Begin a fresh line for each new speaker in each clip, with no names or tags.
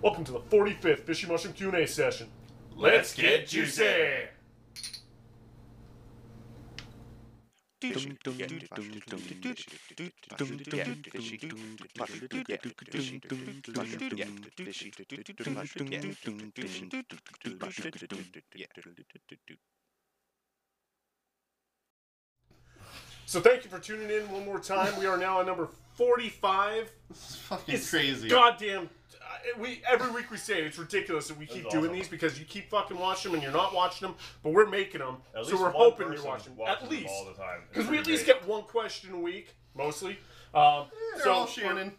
Welcome to the 45th Fishy Mushroom Q&A session.
Let's get juicy.
So thank you for tuning in one more time. We are now at number 45.
It's fucking crazy.
Goddamn. uh, We every week we say it, it's ridiculous that we keep
That's
doing
awesome.
these because you keep fucking watching them and you're not watching them, but we're making them.
At
so
least
we're
one
hoping you're
person
watching
watches
at
them
least
all the time. It's
because we at
pretty
least
great.
get one question a week mostly.
Eh,
Um,
They're
so
all Shannon.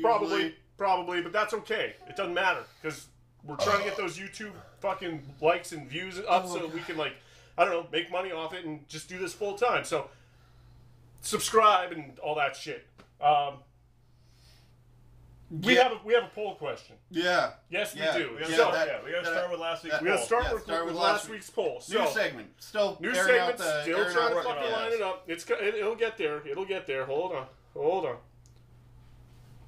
Probably,
Usually.
probably, but that's okay. It doesn't matter because we're trying to get those YouTube fucking likes and views
Oh
up so we can like, I don't know, make money off it and just do this full time. So subscribe and all that shit. Um, we
Yeah.
have a, we have a poll question.
Yeah.
Yes,
Yeah,
we do.
we
We gotta
Yeah,
start,
that-
yeah, we gotta
that-
start with last week's
that-
we gotta
poll.
start,
yeah,
with,
start
with
with
last
last
week's poll.
New
So
segment. Still
new
airing out
segment's
the,
still
airing
trying to
out
fucking
the-
line it up. It's co- it, it'll get there. It'll get there. Hold on. Hold on.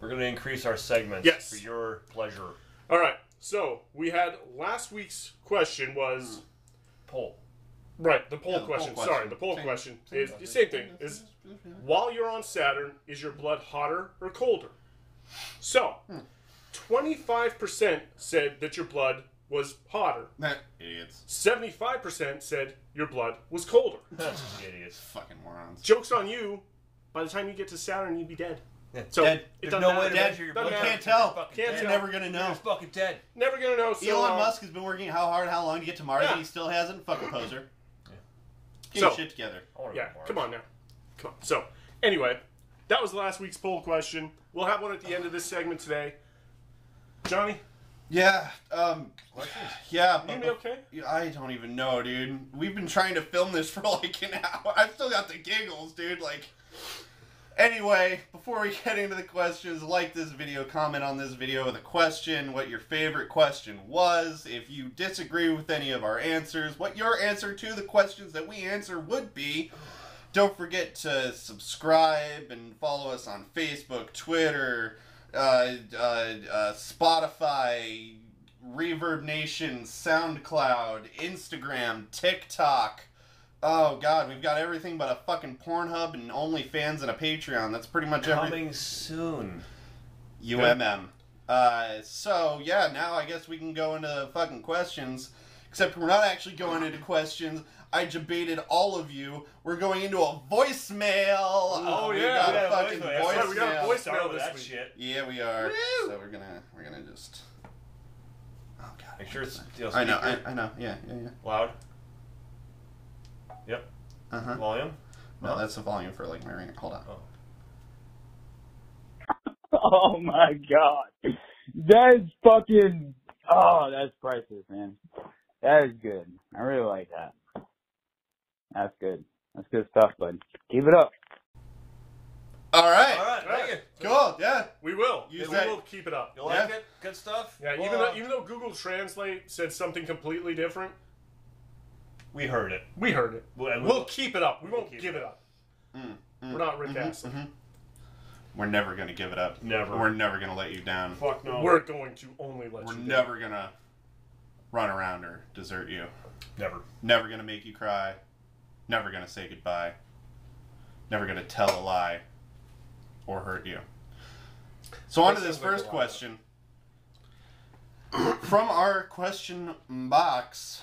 We're gonna increase our segments
Yes.
for your pleasure.
All right. So we had last week's question was.
Poll.
Right, the poll,
Yeah, the poll
question.
question.
Sorry, the poll
Same-
question
same
is the
topic.
same thing. Is while you're on Saturn, is your blood hotter or colder? So, twenty-five percent said that your blood was hotter.
Nah, Idiots.
Seventy-five percent said your blood was colder.
Idiots.
Fucking morons.
Jokes on you. By the time you get to Saturn, you'd be dead. So
dead.
it
There's
doesn't
no
matter.
way to
Dead.
measure your
Doesn't
blood
matter.
Can't tell.
Fucking
Can't
You're
tell.
never gonna know.
You're fucking dead.
Never gonna know. So,
Elon
uh,
Musk has been working how hard, how long to get to Mars,
Yeah.
and he still hasn't. Fucking poser. Get
So-
your shit together.
I wanna
Yeah,
go to Mars.
come on now. Come on. So, anyway, that was last week's poll question. We'll have one at the end of this segment today. Johnny,
Yeah. Um.
you
Yeah. but-
gonna be okay?
Yeah, I don't even know, dude. We've been trying to film this for like an hour. I've still got the giggles, dude. Like, anyway, before we get into the questions, like this video, comment on this video with a question, what your favorite question was, if you disagree with any of our answers, what your answer to the questions that we answer would be. Don't forget to subscribe and follow us on Facebook, Twitter, uh, uh, uh, Spotify, Reverb Nation, SoundCloud, Instagram, TikTok. Oh God, we've got everything but a fucking Pornhub and OnlyFans and a Patreon. That's pretty much everything.
Coming soon.
UMM. Uh, so yeah, now I guess we can go into the fucking questions. Except we're not actually going into questions. I debated all of you. We're going into a voicemail. Oh, we
yeah,
got
we
a
had a
fucking
voicemail. That's
right, we got a
voicemail.
voice-
Start with
this
that
week.
shit.
Yeah, we are.
Woo!
So we're gonna we're gonna just. Oh God.
Make sure it's you
I know. I,
speaker.
I know. Yeah. Yeah. Yeah.
Loud. Yep.
Uh huh.
Volume.
No, that's the volume for like my ring. Hold on.
Oh.
Oh my god. That is fucking oh, that's priceless, man. That is good. I really like that. That's good. That's good stuff, bud. Keep it up.
All right.
All right. Thank you.
Cool. Yeah.
We will.
You
we
said-
will keep it up.
You like
Yeah.
it? Good stuff.
Yeah,
Well,
even though
uh,
even though Google Translate said something completely different,
we heard it.
we heard it.
Well, and we-
We'll keep it up. We won't
keep
give
it
it up. We're not Rick Astley.
We're never gonna give it up.
Never.
We're never gonna let you down.
Fuck mm-hmm. no.
We're going to only let
We're
you.
never gonna run around or desert you.
never.
Never gonna make you cry. Never gonna say goodbye. Never gonna tell a lie or hurt you. So on to
That
this
sounds like a
first
lot.
question. From our question box,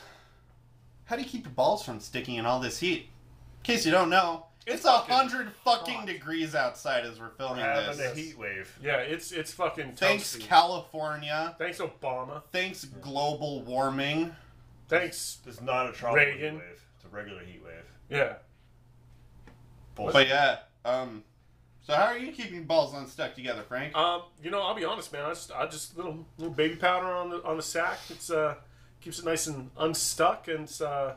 how do you keep your balls from sticking in all this heat? In case you don't know,
It's
it's a
fucking
hundred fucking
hot.
degrees outside as we're filming
Having a
this.
heat wave.
Yeah, it's it's fucking
Thanks
toasty.
California.
Thanks Obama.
Thanks global warming.
Thanks.
It's not a tropical
Reagan.
heat wave. It's a regular heat wave.
Yeah.
Bullshit.
But yeah, um, so how are you keeping your balls unstuck together, Frank?
Um, you know, I'll be honest, man. I just, I just little little baby powder on the on the sack. It's uh keeps it nice and unstuck, and it's, uh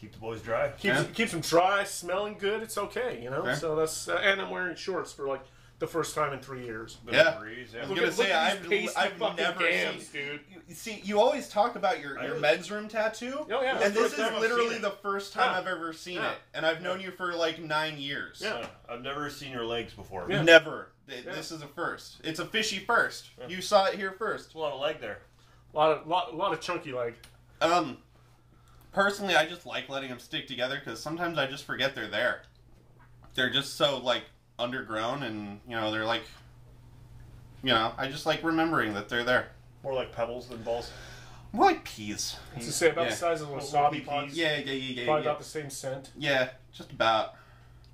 Keep the boys dry.
keeps
Yeah.
it keeps them dry, smelling good. It's okay, you know.
Fair.
So that's uh, and I'm wearing shorts for like the first time in three years.
Bit
Yeah.
of breeze. Yeah.
I'm
Look
gonna
at-
say
look at these
I've,
pasty
I've
fucking
never
gams,
seen.
dude.
You, see, you always talk about your,
I
your
really-
men's room tattoo,
Oh, yeah,
and
that's the
this
first time
is
I've
literally
seen
the first time
Yeah.
I've ever seen
Yeah.
it, and I've known you for like nine years.
Yeah.
Uh, I've never seen your legs before.
Yeah.
Never. Th-
Yeah.
This is a first. It's a fishy first. You saw it here first.
It's a lot of leg there.
A lot of lot, lot of chunky leg.
Um, personally, I just like letting them stick together because sometimes I just forget they're there. They're just so like undergrown, and you know they're like, you know, I just like remembering that they're there.
More like pebbles than balls.
More like peas.
It's the same about
Yeah.
the size of a
Little
wasabi
peas.
pod.
Yeah, yeah, yeah, yeah,
Probably
yeah.
about the same scent.
Yeah, just about.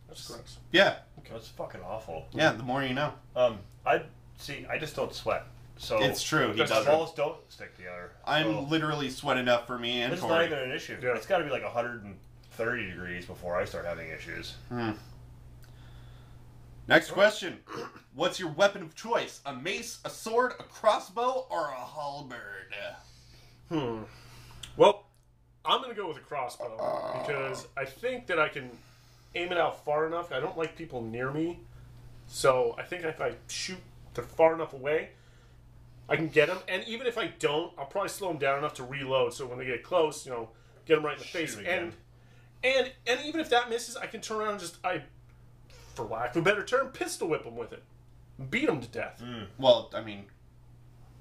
That's gross.
Yeah,
That's fucking awful.
yeah. The more you know.
Um, I see. I just don't sweat. So
It's true, he
the
doesn't.
balls don't stick together.
I'm
So
literally sweating up for me and
It's not
Tori.
even an issue.
Yeah.
It's got to be like 130 degrees before I start having issues.
Next question. What's your weapon of choice? A mace, a sword, a crossbow, or a halberd?
Hmm. Well, I'm gonna go with a crossbow because I think that I can aim it out far enough. I don't like people near me, so I think if I shoot they're far enough away, I can get them. And even if I don't, I'll probably slow them down enough to reload. So when they get close, you know, get them right in the
Shoot
face. And
again.
and and even if that misses, I can turn around and just I, for lack of a better term, pistol whip them with it, beat them to death.
Hmm.
Well, I mean,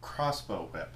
crossbow whip.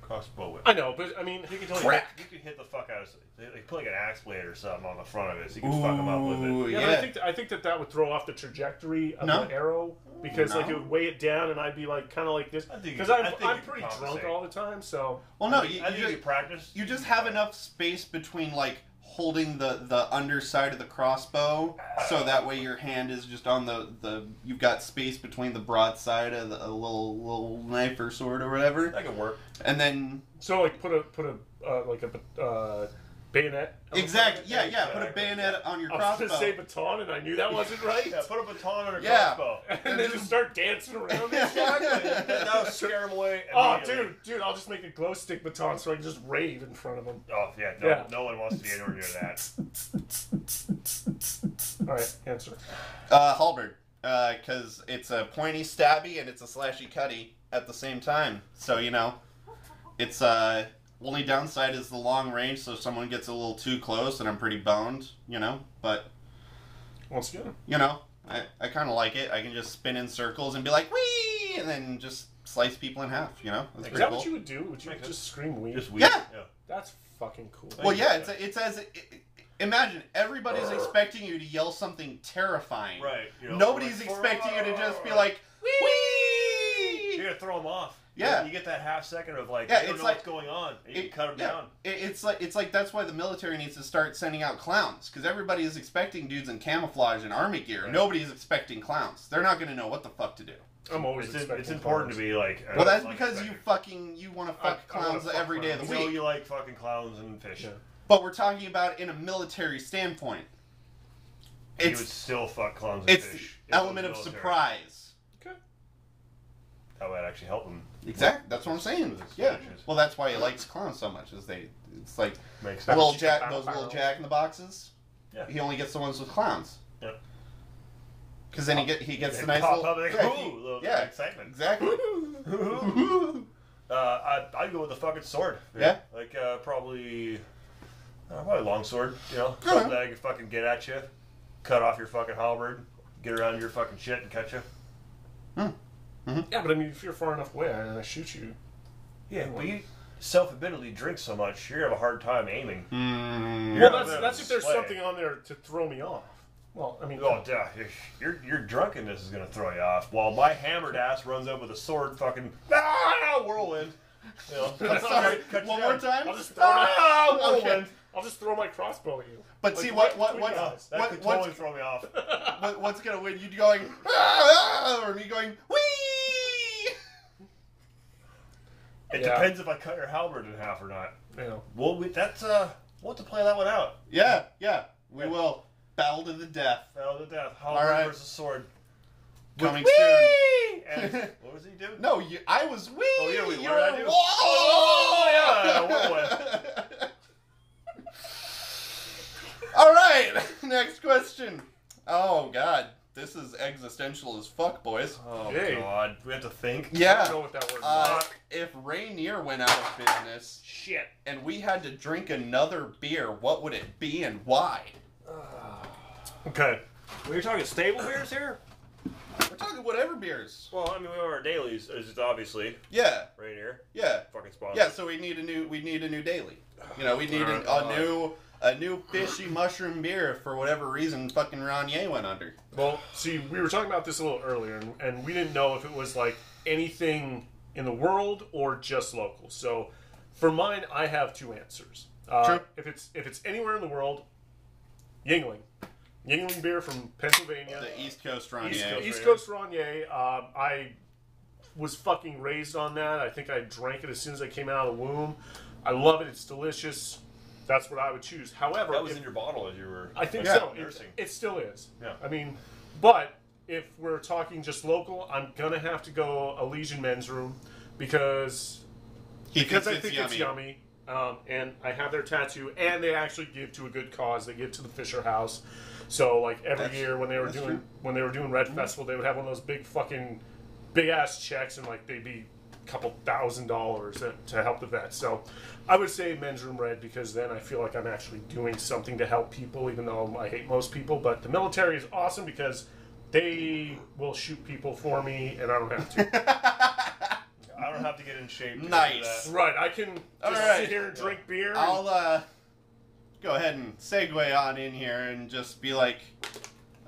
Crossbow whip.
I know, but I mean,
You can totally hit,
Crack.
you can hit the fuck out of it. They put like an axe blade or something on the front of it, so you can fuck them up with
Ooh,
it.
Yeah,
yeah.
But I think I think that that would throw off the trajectory of
No.
the arrow because like it
No.
would weigh it down, and I'd be like kind of like this
I think you
because
could-
I'm
I think
I'm
you could
pretty drunk
compensate.
all the time. So
Well, no,
I
you,
think
you, just,
you practice.
you just have enough space between, like, holding the, the underside of the crossbow, so that way your hand is just on the, the you've got space between the broadside of the, a little, little knife or sword or whatever,
That could work.
and then
so like put a put a uh, like a uh, bayonet. on the
Exactly.
front.
Yeah, yeah. Put a bayonet on your
I was gonna say
crossbow.
baton, and I knew that wasn't right.
Yeah, put a baton on a
Yeah.
crossbow.
and then just start dancing around. and shit.
Exactly. That would scare them away.
oh,
immediately.
dude, dude, I'll just make a glow stick baton so I can just rave in front of them.
Oh yeah, no,
Yeah.
no one wants to be anywhere near that.
All right, answer.
Uh, halberd, because it's a pointy stabby and it's a slashy cutty at the same time. So you know, it's uh only downside is the long range. So if someone gets a little too close, and I'm pretty boned, you know. But
Once again,
you know, I, I kind of like it. I can just spin in circles and be like wee, and then just slice people in half. You know, that's
is
pretty
that
cool.
what you would do? Would you
Makes
just scream weed?
Just weird.
Yeah.
That's fucking cool.
Well, yeah, it's it's as imagine everybody's expecting you to yell something terrifying.
Right. you know,
Nobody's
like,
expecting you to just be like,
You're
wee.
gonna throw them off.
Yeah.
You get that half second of like,
Yeah,
they don't
it's
know
like-
what's going on. and You
it-
can cut them
yeah.
down.
It- It's like it's like that's why the military needs to start sending out clowns because everybody is expecting dudes in camouflage and army gear.
Right.
Nobody's expecting clowns. They're not going to know what the fuck to do.
I'm always
It's, in-
expecting
it's important
clowns.
to be like.
well, that's because you fucking you want to
I- I
fuck
wanna
clowns
fuck
every day
clowns.
of the
So
week.
you like fucking clowns and fish.
Yeah.
But we're talking about in a military standpoint.
You would
It's
still fuck clowns and
it's the
fish. if it was
element of
military.
surprise.
Okay.
That would actually help them.
Exactly. That's what I'm saying.
With its
Yeah.
finishes.
Well, that's why he likes clowns so much. Is they it's like
Makes sense.
little
Bow,
jack
bow,
those little
bow.
jack in the boxes.
Yeah.
He only gets the ones with clowns.
Yeah.
Because then he get he gets
They
the nice
pop
little,
up and they-
yeah, he-
ooh, little
yeah,
excitement.
exactly.
Uh, I, I'd go with the fucking sword. dude.
Yeah?
Like, uh, probably, uh, probably a long sword, you know?
Yeah.
Something that I can fucking get at you, cut off your fucking halberd, get around your fucking shit and cut you.
Yeah, but I mean, if you're far enough away and I shoot you,
Yeah, but you self-admittedly drink so much, you're gonna have a hard time aiming.
Mm.
Yeah,
well, that's
but
that's if there's
slay.
something on there to throw me off. Well, I mean,
Oh, duh, your, your drunkenness is gonna throw you off. While my hammered ass runs up with a sword, fucking ah, whirlwind. You know,
I'm sorry,
cut you
One
down.
more time.
I'll just throw
Ah,
my,
okay.
whirlwind.
I'll just throw my crossbow at you.
But
Like,
see what
right
what
between
what,
your
what,
eyes.
That
what
could
what's,
totally throw me off.
what what's gonna win? You going ah, ah, or me going wee?
Yeah.
It depends if I cut your halberd in half or not.
You know,
Well, we, that's uh, we'll have to play that one out.
Yeah, yeah. We
Yeah.
will battle to the death.
Battle to death. Halberd
right.
versus sword.
Coming
Whee! And
soon.
what was he doing?
No, you, I was wee.
Oh, yeah, we- what
you
did I do?
whoa!
Oh, yeah, what
All right, next question. Oh God, this is existential as fuck, boys.
Oh
Hey.
God, we have to think.
I don't know
Yeah.
what that word.
Uh,
is.
if Rainier went out of business
Shit.
and we had to drink another beer, what would it be and why?
Okay.
We're talking stable beers here?
We're talking whatever beers.
Well, I mean, we have our dailies, as it's obviously
Yeah,
right here.
yeah,
Fucking sponsor.
yeah. So we need a new. We need a new daily. You know, we
Oh,
need a, a new a new fishy mushroom beer if for whatever reason. Fucking Ron Ye went under.
Well, see, we were talking about this a little earlier, and, and we didn't know if it was like anything in the world or just local. So, for mine, I have two answers. Uh,
True.
if it's if it's anywhere in the world, Yingling, Yingling beer from Pennsylvania,
The East Coast Ron
East,
Ye.
Coast, East
Rare.
Coast Ranier. Um, I was fucking raised on that. I think I drank it as soon as I came out of the womb. I love it. It's delicious. That's what I would choose. However,
That was
if-
in your bottle as you were.
I think
like,
so. It,
nursing.
it still is.
Yeah.
I mean, but if we're talking just local, I'm gonna have to go Elysian Men's Room because
He
because
thinks
I think it's yummy. Um, and I have their tattoo, and they actually give to a good cause. They give to the Fisher House. So like every
That's-
year when they were
that's
doing
true. Mm-hmm.
when they were doing Red Festival, they would have one of those big fucking big ass checks, and like they'd be a couple thousand dollars to, to help the vets. So I would say Men's Room Red because then I feel like I'm actually doing something to help people, even though I hate most people. But the military is awesome because they will shoot people for me, and I don't have to.
I don't have to get in shape. to do
Nice.
that.
Right, I can
All
just
right.
sit here and drink beer. and-
I'll uh, go ahead and segue on in here and just be like,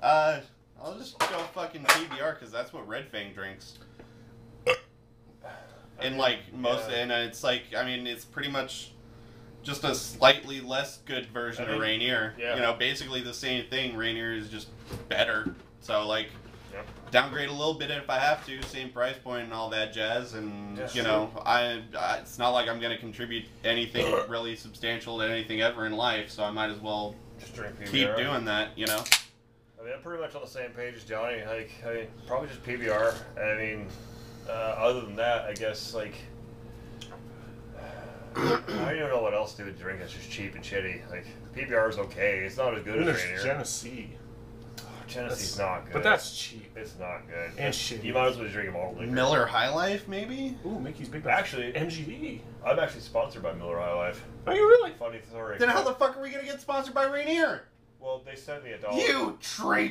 uh, I'll just go fucking TBR because that's what Red Fang drinks. And like most,
yeah.
and it's like I mean, it's pretty much just a slightly less good version
I think-
of Rainier.
yeah.
You know, basically the same thing. Rainier is just better. So like.
Yep.
Downgrade a little bit if I have to, same price point and all that jazz, and
Yeah,
you
sure.
know, I, I it's not like I'm gonna contribute anything really substantial to anything ever in life, so I might as well
Just drink PBR.
keep doing that, you know.
I mean, I'm pretty much on the same page as Johnny. Like, I mean, probably just PBR. I mean, uh, other than that, I guess like. I don't even know what else to drink. It's just cheap and shitty. Like PBR is okay. It's not as good
Then
as
there's
Rainier.
Genesee.
Tennessee's
That's-
not good.
But that's cheap.
it's not good.
And shitty.
You might as well just drink them all. Liquor.
Miller High Life, maybe.
Ooh, Mickey's Big Bass.
Actually,
MGD.
I'm actually sponsored by Miller High Life.
Are you really?
Funny story.
Then how the fuck are we gonna get sponsored by Rainier?
Well, they sent me a dollar.
You
This was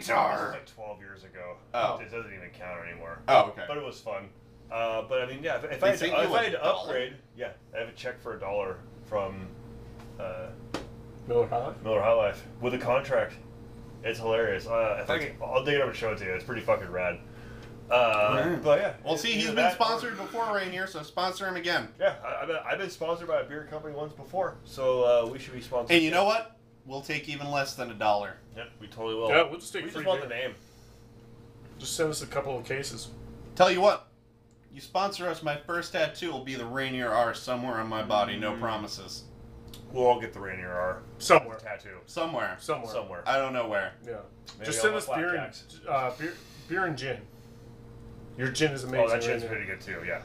traitor!
Oh. like 12 years ago.
Oh.
It doesn't even count anymore.
Oh, okay.
But it was fun. Uh, but I mean, yeah, if, if
They
I had to,
sent you
if
a
I had to
dollar?
upgrade, yeah, I have a check for a dollar from uh,
Miller High.
Miller High Life with a contract. It's hilarious. Uh, if I can, I'll dig it up and show it to you. It's pretty fucking rad. Uh,
Alright.
But yeah.
Well,
it's
see,
either
he's been
that or-
sponsored before Rainier, so sponsor him again.
Yeah, I, I've, been, I've been sponsored by a beer company once before, so uh, we should be sponsored.
And you know what? We'll take even less than a dollar.
Yep, we totally will.
Yeah, we'll just take
we just
free
want
beer.
the name.
Just send us a couple of cases.
Tell you what, you sponsor us, my first tattoo will be the Rainier R somewhere on my body, no
Mm.
promises.
We'll all get the Rainier R
Somewhere.
tattoo
Somewhere.
Somewhere.
somewhere.
I don't know where.
Yeah.
Maybe
Just
on
send
the
us beer and,
flapjacks.
uh, beer, beer and gin. Your gin is amazing.
Oh, that
right
shit's
now.
pretty good too. Yeah.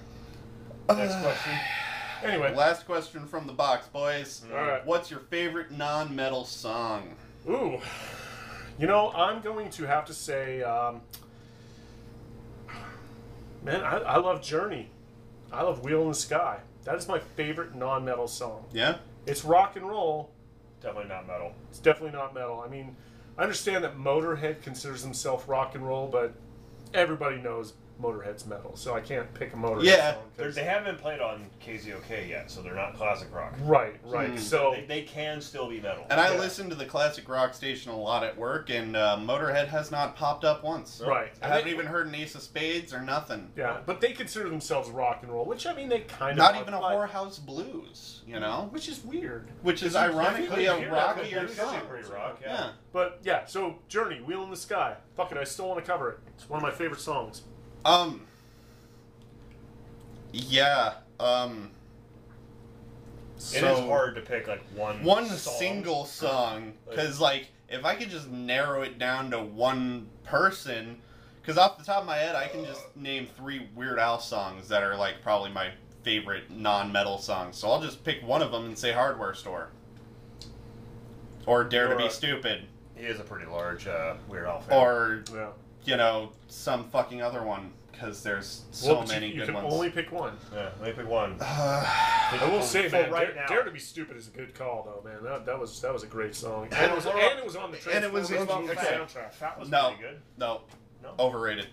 Next question.
Anyway.
Last question from the box, boys.
All right.
What's your favorite non-metal song?
Ooh. You know, I'm going to have to say, um, man, I, I love Journey. I love Wheel in the Sky. That is my favorite non-metal song.
Yeah.
It's rock and roll,
Definitely not metal.
It's definitely not metal. I mean, I understand that Motorhead considers himself rock and roll, but everybody knows Motorhead's metal, so I can't pick a Motorhead
Yeah.
song.
They're,
'cause-
they haven't been played on KZOK yet, so they're not classic rock.
Right, right.
Hmm.
So
They, they can still be metal.
And I
Yeah.
listen to the classic rock station a lot at work, and uh, Motorhead has not popped up once.
right.
I haven't even heard an Ace of Spades or nothing.
Yeah, but they consider themselves rock and roll, which I mean they kind
Not
of
even a
are,
whorehouse blues, you know,
which is weird.
which is ironically a rockier song.
Pretty rock, yeah.
Yeah.
But yeah, so Journey, Wheel in the Sky. Fuck it, I still want to cover it. It's one of my favorite songs.
Um. Yeah. Um.
It is hard to pick like one
one
song.
single song because like if i could just narrow it down to one person because off the top of my head i can just name three weird al songs that are like probably my favorite non-metal songs so i'll just pick one of them and say hardware store or dare to
Or,
be
uh,
stupid
He is a pretty large uh, Weird Al fan.
or
Yeah.
you know some fucking other one because there's so
Well, but you-
many
you,
good
can
ones
only pick one.
yeah, let me pick one.
uh,
I will say,
for
man,
right
Dare,
now.
Dare to be stupid is a good call, though, man. That, that was that was a great song,
And
and
it
it was
was-
and it was on the
and it was
Transformers
in-
movie
okay.
soundtrack.
Fat was
No.
pretty good.
no
No.
overrated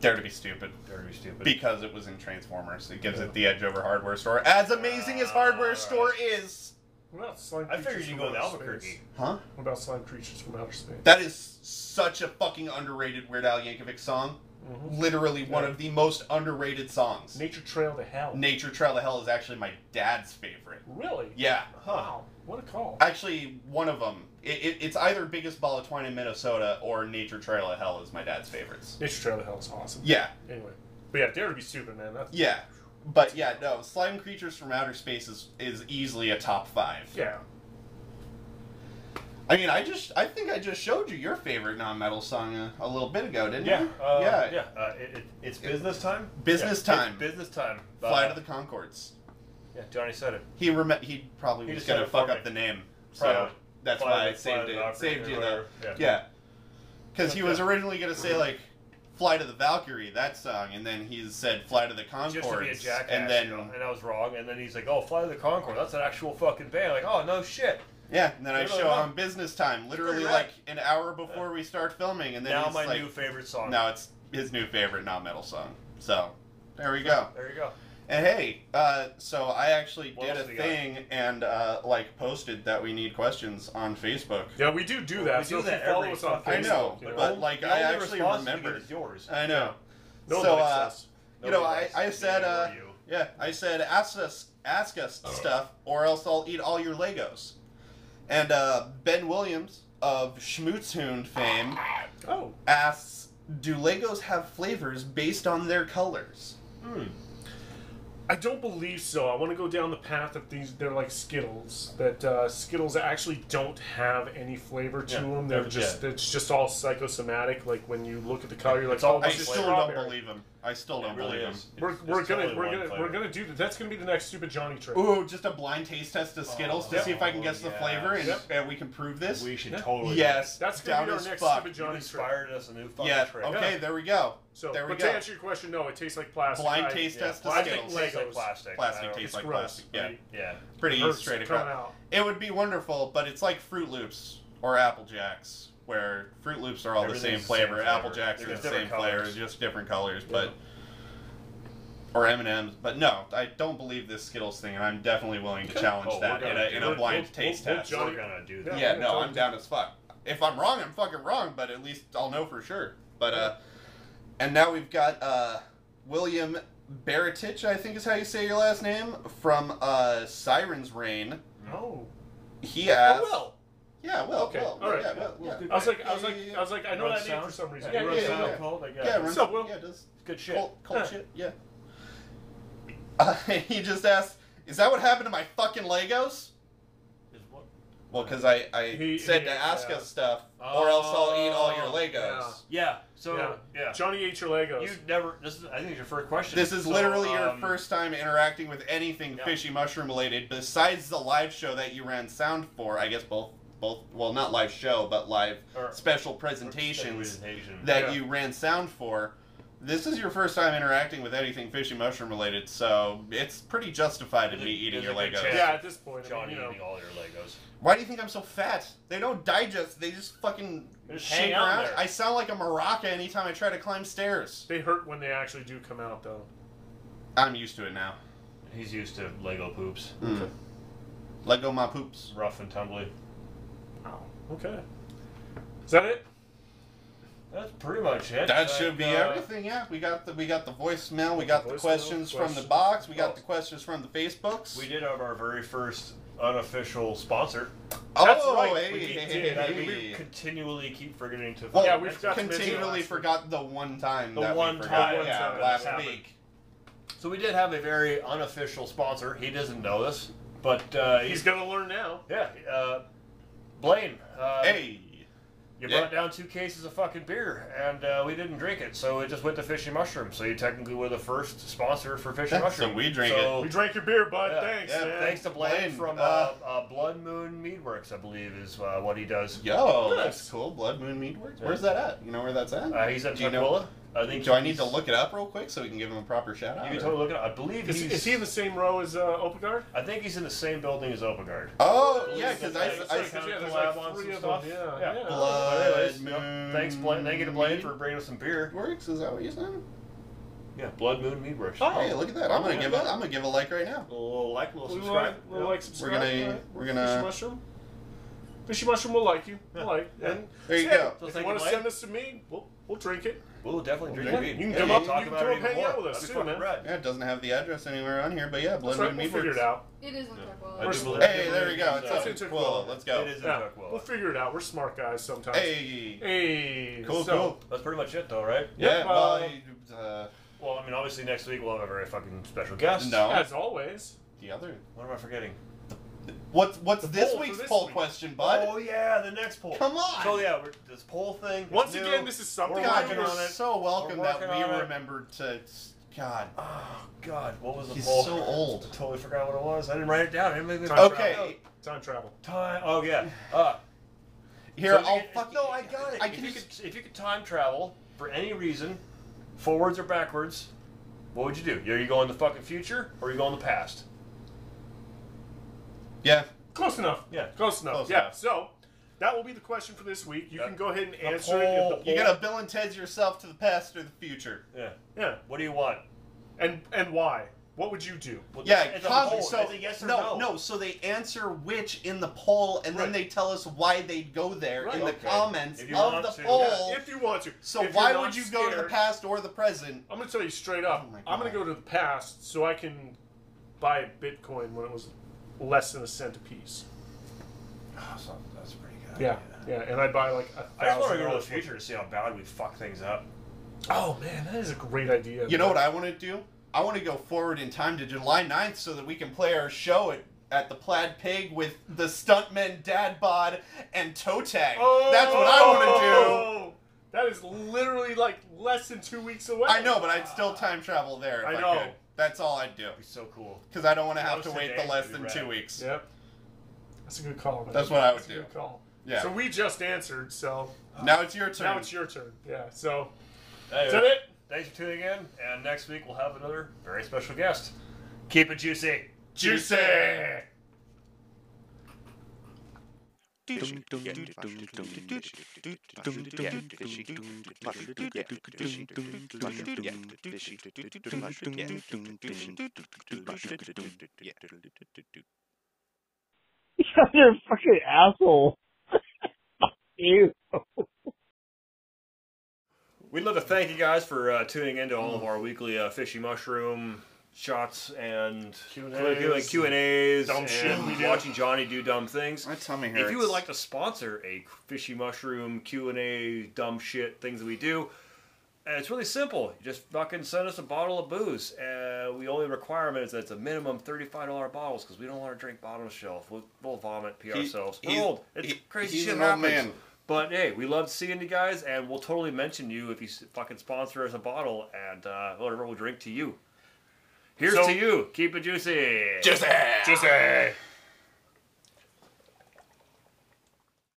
Dare to be stupid
Dare to be stupid.
because it was in Transformers. It gives it the edge over Hardware Store. As amazing as Hardware Store is,
What about slime
I
creatures?
figured you'd
from
go with
outer
Albuquerque.
space?
huh?
What about slime creatures from outer space?
That is such a fucking underrated Weird Al Yankovic song.
Mm-hmm.
Mhm.
Literally one of the most underrated songs.
Nature Trail to Hell.
Nature Trail to Hell is actually my dad's favorite.
really?
Yeah.
Wow. What a call.
Actually, one of them. It, it, it's either Biggest Ball of Twine in Minnesota or Nature Trail to Hell is my dad's favorites.
Nature Trail to Hell is awesome.
Yeah,
Anyway. But yeah, Dare to be Stupid, man. That's,
yeah. But yeah, no, Slime Creatures from Outer Space is, is easily a top five.
yeah.
I mean, I just, I think I just showed you your favorite non-metal song a, a little bit ago, didn't
Yeah,
I?
uh,
yeah,
yeah, Uh, it, it, it's business time.
Business
Yeah, it's
time.
business time.
Fly
Uh,
to the Concords.
Yeah, Johnny said it.
He rem- he probably
He
was
just
gonna
said it
fuck
for
up
me.
the name, so
Fly to-
that's
fly
why
to-
I
fly
saved
to
it.
the Valkyrie
Saved
or
you though.
whatever. Yeah.
Yeah, because he was
Yeah.
originally gonna say like, "Fly to the Valkyrie" that song, and then he said "Fly to the Concords,"
Just to be a jackass,
and then
you know, and I was wrong. And then he's like, "Oh, Fly to the Concord. That's an actual fucking band." Like, "Oh no shit."
yeah, and then I
You're
show
like,
on business time, literally
You're
like
right.
an hour before we start filming, and then
now
he's
my
like,
new favorite song.
now it's his new favorite non-metal song. So there we go.
There you go.
And hey, uh, so I actually
What
did
else
a
we got?
thing and uh, like posted that we need questions on Facebook.
Yeah, we do do that.
We
so
do
if
that
you follow
every
us on Facebook,
I
fucking-
know,
you know,
but like
the
I
only
actually
response we get
remembered.
is yours.
I know.
no one
so,
likes
uh,
us.
You know,
Nobody
I,
likes
I
me
said,
or
uh,
you.
yeah, I said, ask us, ask us stuff, or else I'll eat all your Legos. And uh, Ben Williams of Schmootzhund fame
Oh,
asks, do Legos have flavors based on their colors?
Hmm.
I don't believe so. I want to go down the path of these. They're like Skittles. That uh, Skittles actually don't have any flavor to
Yeah,
them. They're
they're-
just it's just all psychosomatic. Like when you look at the color, you're like,
It's all
oh,
I
this is
still
strawberry.
don't believe him. I still don't
It really
believe him.
is.
We're,
It's-
we're
it's
gonna
totally
we're
one
gonna
flavor.
we're gonna do that. That's gonna be the next stupid Johnny trick.
Ooh, just a blind taste test of Skittles to
Oh,
see if I can guess the
yeah.
flavor and,
Yep.
and we can prove this.
We should
Yeah.
totally.
yes,
That's gonna
down
be our
as
next
fuck.
stupid
You
Johnny trick.
inspired us a new fucking
Yeah.
trick.
Okay,
Yeah.
there we go.
So,
there we
but
go.
to answer your question, no, it tastes like plastic.
Blind
I-
taste
Yeah.
test of
Plastic
Skittles.
leg-
tastes like plastic. I
Plastic
don't-
tastes
It's
like
gross.
plastic. Yeah,
Right.
Yeah.
pretty
Hurts
straight
coming
across.
out.
It would be wonderful, but it's like Fruit Loops or Apple Jacks, where Fruit Loops are all the same
Everything's the
flavor.
same
Apple
flavor.
Jacks
They're
are the
just
same
different
flavor,
colors.
just different colors,
Yeah.
but. Or M and M's, but no, I don't believe this Skittles thing, and I'm definitely willing to challenge
Oh, we're
that in
gonna
a,
do
in a
it.
blind
We'll-
taste
we'll- we'll
test.
jump-
We're gonna do that.
Yeah.
yeah, no,
totally.
I'm down as fuck. If I'm wrong, I'm fucking wrong, but at least I'll know for sure. But uh and now we've got uh William Baratich, I think is how you say your last name, from uh Sirens Reign.
No.
He asked
well.
Yeah, well,
Okay,
well,
all right,
yeah,
yeah,
well, yeah.
we'll do
Oh, I was like, I
Yeah,
was like,
yeah, yeah.
I was like, I know
Run
that name
sound?
for some reason.
Yeah,
Yeah,
run
yeah,
sound
yeah.
cold, like, yeah.
Yeah, runs
So, Will-
yeah, it does.
Good shit.
Cold, cold
Yeah.
shit, yeah. Uh, he just asked, is that what happened to my fucking Legos?
Is what-
Well, because I, I
He-
said
he-
to ask
yeah.
us stuff, or else I'll eat all your
Oh,
Legos.
yeah.
Yeah. So yeah.
Johnny ate your Legos.
You never. This is. I think it's your first question.
This is
So,
literally
um,
your first time interacting with anything
Yeah.
fishy mushroom related, besides the live show that you ran sound for. I guess both, both, well, not live show, but live
or-
special presentations
presentation.
that
Yeah.
you ran sound for. This is your first time interacting with anything fishy mushroom related, so it's pretty justified in me
There's a-
eating your
there's a good
Legos.
chance.
yeah, at this point, I mean,
Johnny
you know,
eating all your Legos.
Why do you think I'm so fat? They don't digest. They just fucking
They just
shake
hang out
around.
there.
I sound like a maraca anytime I try to climb stairs.
they hurt when they actually do come out, though.
I'm used to it now.
He's used to Lego poops,
Mm. Let go my poops.
rough and tumbly.
Okay. Is that it?
That's pretty much it.
That
Like,
should be
uh,
everything. Yeah, we got the we got the voicemail. We got the,
voicemail,
questions from the
questions.
box. We got
Oh.
the questions from the Facebooks.
We did have our very first unofficial sponsor.
Oh,
That's right,
hey,
we
hey,
did.
hey,
that
hey,
we
hey.
continually keep forgetting to.
Well,
Yeah, we
that's-
forgot to mention it
continually
last
forgot the one time.
The
that we
one
forgot,
time
yeah,
that
last
happened.
week.
So we did have a very unofficial sponsor. He doesn't know this, but uh,
He's
he's
gonna learn now.
yeah. Uh, Blaine, uh,
Hey,
you
yeah.
brought down two cases of fucking beer, and uh, we didn't drink it, so it just went to Fishy Mushroom. So you technically were the first sponsor for Fishy
So
Mushroom.
we drink
So-
We drank your beer, bud.
Yeah,
Oh, Thanks,
yeah,
man.
Thanks to Blaine,
Blaine,
from uh,
uh,
uh, Blood Moon Meadworks, I believe, is uh, what he does.
yo,
Good.
that's cool. Blood Moon Meatworks.
Yeah.
Where's that at? You know where that's at?
Uh, he's at
Do you know-
Tukwila. I think.
Do I need to
he's-
look it up real quick so we can give him a proper shout
You
out?
can
or-
totally look it up. I believe
Is,
he's.
is he in the same row as uh, Opagard?
I think he's in the same building as Opagard.
Oh yeah, because
Yeah,
I,
it's
I,
like-
yeah, there's
collab
like
on
three
some
of
stuff.
them. Yeah,
Yeah.
yeah.
Blood
But anyways,
Moon
yep, thanks, Blaine. Thank you to Blaine for bringing us some beer.
Meatworks. Is that what you said?
Yeah, Blood Moon Mead Brush.
Oh.
Hey, look at that! I'm gonna give a I'm gonna give a like right now.
A little like, a little
We'll
subscribe.
like, we'll
yeah.
like,
We're
subscribe.
gonna
right?
we're
Fishy
gonna.
mushroom. Fishy mushroom will like you. We'll
Yeah.
like.
Yeah.
And
There you
hey,
go.
If
Just
you
like
want
it
to
light.
send this to me, we'll we'll drink it.
We'll definitely drink
Yeah.
mead.
You can
Hey,
come up-
talk
you can
about
come
it
up
even
hang out
more.
with us
That'd be
too,
fucking
man.
rad.
Yeah, it doesn't have the address anywhere on here, but yeah, Blood
That's right.
Moon
We'll
Meat
figure it
Birds.
out.
It isn't
Yeah.
Tuckwell.
I
We're
do believe-
Hey, there you go. It's
That's
up
in
in
Tukwila.
Tukwila. Let's go.
It is in
Yeah, we'll
Tuckwell.
figure it out. We're smart guys sometimes.
Hey.
Hey,
Cool,
so,
cool.
That's pretty much it, though, right?
Yeah.
Yep,
well,
uh,
you- uh,
Well, I mean, obviously next week we'll have a very fucking special guest.
no.
As always,
The other.
What am I forgetting?
What's what's this
poll for
week's
this
poll
week.
question, bud?
Oh yeah, the next poll.
Come on.
So yeah, we're, this poll thing. is
once
new.
again, this is something
We're
God,
I
working
you're
on it.
so welcome
We're
that
working on
we
it.
remembered to. God,
Oh God, what was the
he's
poll?
so old.
I totally forgot what it was. I didn't write it down. I didn't make it-
Time
Okay.
travel. Time travel.
Time. Oh yeah. Uh,
Here,
so if you
I'll
could-
fucking.
No, I got it.
I
if,
can
you
just-
could, if you could time travel for any reason, forwards or backwards, what would you do? Are you going the fucking future or are you going the past?
Yeah.
Close enough.
Yeah.
Close enough.
Close
yeah.
enough.
So that will be the question for this week. You
Yeah.
can go ahead and
The
answer it. if the
poll.
You
poll-
gotta Bill and Ted's yourself to the past or the future.
Yeah.
Yeah.
What do you want?
And and why? What would you do?
Well,
Yeah,
it's a
Cosby.
poll.
So
It's a yes or
no, So they answer which in the poll, and
Right.
then they tell us why they'd go there
Right.
in the
Okay.
comments
If you
of
want
the
to,
poll.
yeah.
If you want to.
so
If
why
you're
would
not
you go to the
scared-
past or the present?
I'm gonna tell you straight up.
Oh my
I'm gonna
God.
go to the past so I can buy Bitcoin when it was less than a cent a piece.
so that's pretty good.
Yeah. Yeah. And I buy like a
I just want
thousand.
to go to the
dollars.
future to see how bad we fuck things up.
Oh man, that is a great idea.
You know what I want to do? I want to go forward in time to July 9th so that we can play our show at, at the Plaid Pig with the Stuntmen, Dad Bod, and Toe Tag. That's what I want to do.
Oh! That is literally like less than two weeks away.
I know, but I'd still time travel there if
I
I,
know.
could. That's all I'd do.
That'd be so cool.
Because I don't want to have
Roast
to
the
wait
day
the less
would be
than
rad.
two weeks.
Yep. That's a good call. Man.
That's what I would
That's a
do.
good call.
Yeah.
So we just answered. So
Now it's your turn.
now it's your turn. Yeah. So
Anyway,
is that it?
Thanks for tuning in, and next week we'll have another very special guest. Keep it juicy.
Juicy.
Yeah.
You guys are a fucking asshole. you.
We'd love to thank you guys for uh, tuning in to all of our weekly uh, fishy mushroom shots and Q and A's, Q and A's,
Dumb shit we do.
watching Johnny do dumb things.
My tummy hurts.
If you would like to sponsor a fishy mushroom Q and A dumb shit things that we do, uh, it's really simple. You just fucking send us a bottle of booze. Uh, we only requirement is that it's a minimum thirty-five dollar bottles because we don't want to drink bottom shelf. We'll, we'll vomit, pee ourselves. We're
he's-
old. It's
he-
crazy
he's
shit
an old
happens.
man.
But hey, we love seeing you guys, and we'll totally mention you if you s- fucking sponsor us a bottle and uh, whatever we'll drink to you. Here's
So-
to you. Keep it juicy.
Juicy.